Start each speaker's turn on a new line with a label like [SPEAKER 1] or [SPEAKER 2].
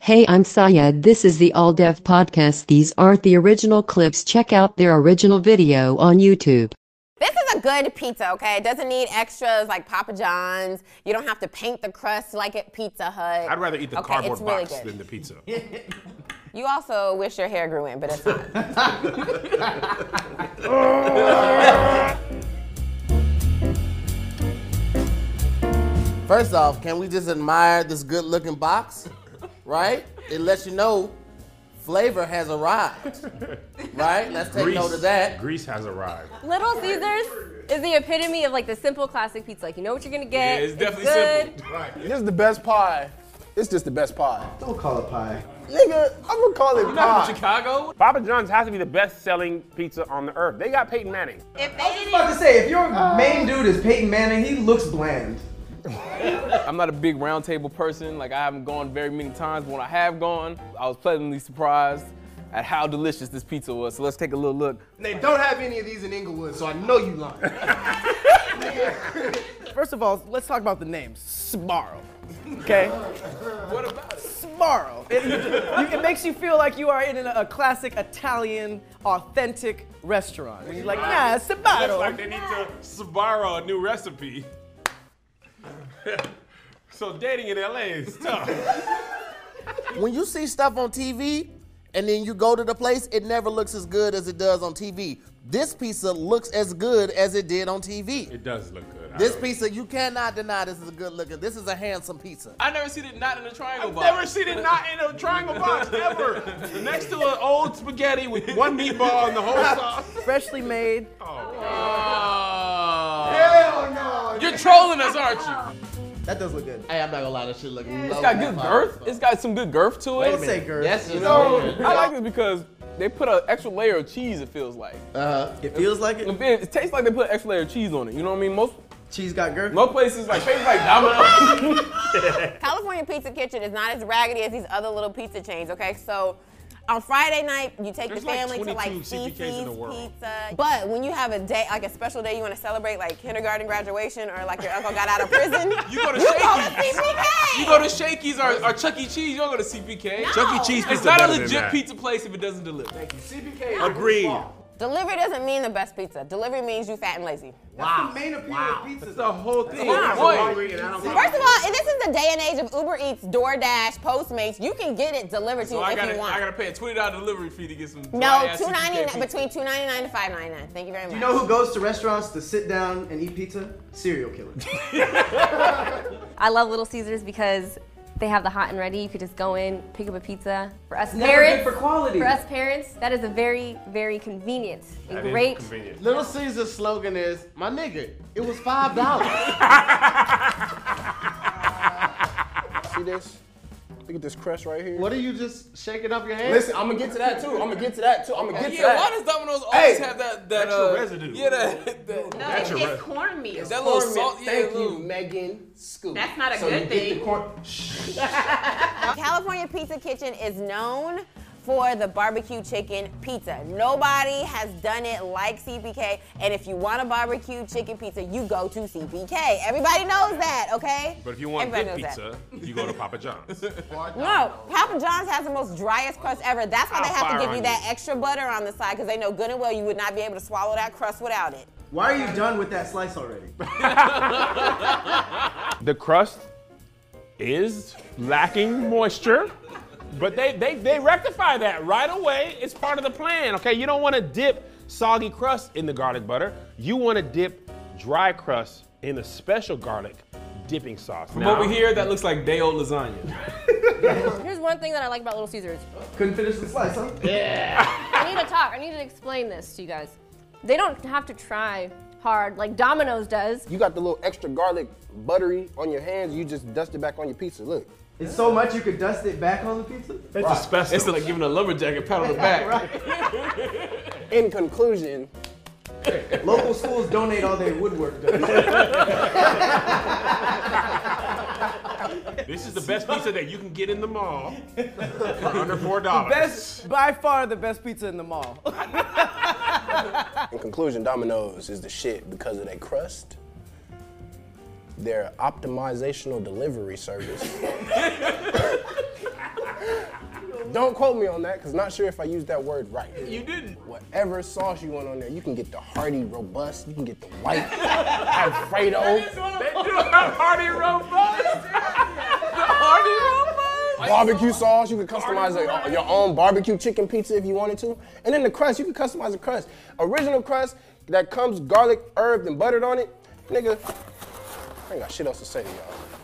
[SPEAKER 1] Hey, I'm Syed. This is the All Dev Podcast. These aren't the original clips. Check out their original video on YouTube.
[SPEAKER 2] This is a good pizza, okay? It doesn't need extras like Papa John's. You don't have to paint the crust like at Pizza Hut.
[SPEAKER 3] I'd rather eat the
[SPEAKER 2] Okay,
[SPEAKER 3] cardboard
[SPEAKER 2] it's really
[SPEAKER 3] box
[SPEAKER 2] good.
[SPEAKER 3] than the pizza.
[SPEAKER 2] You also wish your hair grew in, but it's not.
[SPEAKER 4] First off, can we just admire this good looking box? Right? It lets you know flavor has arrived. Right? Let's take note of that.
[SPEAKER 3] Grease has arrived.
[SPEAKER 5] Little Caesars is the epitome of like the simple classic pizza. Like you know what you're gonna get.
[SPEAKER 3] Yeah, it's definitely
[SPEAKER 5] good.
[SPEAKER 3] simple. Right.
[SPEAKER 6] This is the best pie. It's just the best pie.
[SPEAKER 7] Don't call it pie.
[SPEAKER 6] Nigga, I'm gonna call it pie.
[SPEAKER 3] Chicago?
[SPEAKER 8] Papa John's has to be the best-selling pizza on the earth. They got Peyton Manning.
[SPEAKER 7] I was about to say, if your main dude is Peyton Manning, he looks bland.
[SPEAKER 9] I'm not a big round table person. Like I haven't gone very many times, but when I have gone, I was pleasantly surprised at how delicious this pizza was. So let's take a little look.
[SPEAKER 7] They don't have any of these in Inglewood, so I know you lying.
[SPEAKER 10] First of all, let's talk about the name Sbarro. Okay? what about Sbarro? It, you- it makes you feel like you are in a, a classic Italian, authentic restaurant. And you're like, yeah, it's
[SPEAKER 3] Looks like
[SPEAKER 10] Sbarro.
[SPEAKER 3] they need to Sbarro a new recipe. so dating in LA is tough.
[SPEAKER 4] When you see stuff on TV and then you go to the place, it never looks as good as it does on TV. This pizza looks as good as it did on TV.
[SPEAKER 3] it does look good. I
[SPEAKER 4] This
[SPEAKER 3] don't-
[SPEAKER 4] pizza, you cannot deny this is a good looking. This is a handsome pizza.
[SPEAKER 9] I never seen it not in a triangle
[SPEAKER 3] I've
[SPEAKER 9] box.
[SPEAKER 3] never seen it not in a triangle box ever. Next to an old spaghetti with one meatball and the whole sauce.
[SPEAKER 10] Freshly made.
[SPEAKER 4] Ah.
[SPEAKER 3] Hell no.
[SPEAKER 9] You're trolling us, aren't you?
[SPEAKER 7] That does look good.
[SPEAKER 4] Hey, I'm not gonna lie, that shit look
[SPEAKER 9] It's got good girth. It's got some good girth to it.
[SPEAKER 7] Don't say girl.
[SPEAKER 4] That's just
[SPEAKER 9] I like this because they put an extra layer of cheese. It feels like.
[SPEAKER 10] It feels like
[SPEAKER 9] It, it tastes like they put an extra layer of cheese on it. You know what I mean? Most
[SPEAKER 7] Cheese got girl.
[SPEAKER 9] most places like places like Domino's.
[SPEAKER 2] California Pizza Kitchen is not as raggedy as these other little pizza chains, okay? So on Friday night, you take
[SPEAKER 3] There's
[SPEAKER 2] the
[SPEAKER 3] like
[SPEAKER 2] family to
[SPEAKER 3] 22
[SPEAKER 2] like
[SPEAKER 3] CPKs in the
[SPEAKER 2] Cece's
[SPEAKER 3] world.
[SPEAKER 2] Pizza. But when you have a day, like a special day you want to celebrate, like kindergarten graduation or like your uncle got out of prison,
[SPEAKER 9] You go to
[SPEAKER 2] call it
[SPEAKER 9] Shakey's.
[SPEAKER 2] CPK.
[SPEAKER 9] You go to Shakey's or, or Chuck E. Cheese. You don't go to CPK.
[SPEAKER 3] Chuck E. Cheese pizza
[SPEAKER 9] It's not a
[SPEAKER 3] better than
[SPEAKER 9] legit
[SPEAKER 3] that.
[SPEAKER 9] pizza place if it doesn't deliver.
[SPEAKER 7] CPK.
[SPEAKER 3] Agreed.
[SPEAKER 2] Delivery doesn't mean the best pizza. Delivery means you fat and lazy.
[SPEAKER 7] Wow. Main appeal wow. of pizza.
[SPEAKER 9] The whole thing.
[SPEAKER 2] First of all, and this is the day and age of Uber Eats, DoorDash, Postmates. You can get it delivered to
[SPEAKER 9] So
[SPEAKER 2] you
[SPEAKER 9] I
[SPEAKER 2] if
[SPEAKER 9] gotta,
[SPEAKER 2] you want.
[SPEAKER 9] I gotta pay a twenty dollar delivery fee to get some.
[SPEAKER 2] no, two ninety nine between two ninety nine to five ninety nine. Thank you very much.
[SPEAKER 7] You know who goes to restaurants to sit down and eat pizza? Serial killer.
[SPEAKER 5] I love Little Caesars because they have the hot and ready. You could just go in, pick up a pizza. For us parents,
[SPEAKER 7] for quality.
[SPEAKER 5] for us parents, that is a very, very convenient and
[SPEAKER 3] is
[SPEAKER 5] great.
[SPEAKER 3] convenient.
[SPEAKER 4] Little Caesar's slogan is, my nigga, it was five dollars.
[SPEAKER 6] See this? Look at this crest right here.
[SPEAKER 7] What are you just shaking off your hand?
[SPEAKER 6] Listen, I'm gonna get to that too. I'm gonna get to that too. I'm gonna get to
[SPEAKER 9] Yeah,
[SPEAKER 6] that.
[SPEAKER 9] why does Domino's always
[SPEAKER 6] Hey,
[SPEAKER 9] have that that
[SPEAKER 3] extra
[SPEAKER 9] uh,
[SPEAKER 3] residue.
[SPEAKER 9] Yeah, that, that, that,
[SPEAKER 3] That's your recipe.
[SPEAKER 11] cornmeal.
[SPEAKER 9] little salt. Yeah,
[SPEAKER 4] Thank you,
[SPEAKER 9] little-
[SPEAKER 4] Megan Scoop.
[SPEAKER 11] That's not a
[SPEAKER 4] So you
[SPEAKER 11] good
[SPEAKER 4] get the
[SPEAKER 11] thing.
[SPEAKER 4] corn.
[SPEAKER 2] California Pizza Kitchen is known for the barbecue chicken pizza. Nobody has done it like CPK. And if you want a barbecue chicken pizza, you go to CPK. Everybody knows that, okay?
[SPEAKER 3] But if you want
[SPEAKER 2] Everybody
[SPEAKER 3] good
[SPEAKER 2] knows
[SPEAKER 3] pizza, you go to Papa John's.
[SPEAKER 2] That. No, Papa John's has the most driest crust ever. That's why they
[SPEAKER 3] I'll
[SPEAKER 2] have
[SPEAKER 3] fire
[SPEAKER 2] to give
[SPEAKER 3] on
[SPEAKER 2] you
[SPEAKER 3] you.
[SPEAKER 2] that extra butter on the side because they know good and well you would not be able to swallow that crust without it.
[SPEAKER 7] Why are you done with that slice already?
[SPEAKER 8] The crust is lacking moisture, but they, they, they rectify that right away. It's part of the plan, okay? You don't wanna dip soggy crust in the garlic butter. You wanna dip dry crust in a special garlic dipping sauce.
[SPEAKER 9] From over here, that looks like day old lasagna.
[SPEAKER 5] Here's one thing that I like about Little Caesars.
[SPEAKER 7] Couldn't finish the slice, huh?
[SPEAKER 5] I need to talk. I need to explain this to you guys. They don't have to try hard like Domino's does.
[SPEAKER 6] You got the little extra garlic buttery on your hands. You just dust it back on your pizza. Look.
[SPEAKER 7] It's so much you could dust it back on the pizza.
[SPEAKER 3] It's a special.
[SPEAKER 9] It's like giving a lumberjack a pat on the back.
[SPEAKER 6] In conclusion,
[SPEAKER 7] Local schools donate all their woodwork done.
[SPEAKER 3] This is the best pizza that you can get in the mall for under four dollars.
[SPEAKER 10] Best, by far the best pizza in the mall.
[SPEAKER 6] in conclusion, Domino's is the shit because of their crust, their optimizational delivery service, Don't quote me on that, because not sure if I used that word right.
[SPEAKER 3] You didn't.
[SPEAKER 6] Whatever sauce you want on there, you can get the hearty, robust, you can get the white Alfredo,
[SPEAKER 3] They do have Hardy Robust. the Hardy Robust.
[SPEAKER 6] barbecue sauce. You can customize your, your own barbecue chicken pizza if you wanted to. And then the crust, you can customize the crust. Original crust that comes garlic, herb, and buttered on it. Nigga, I ain't got shit else to say to y'all.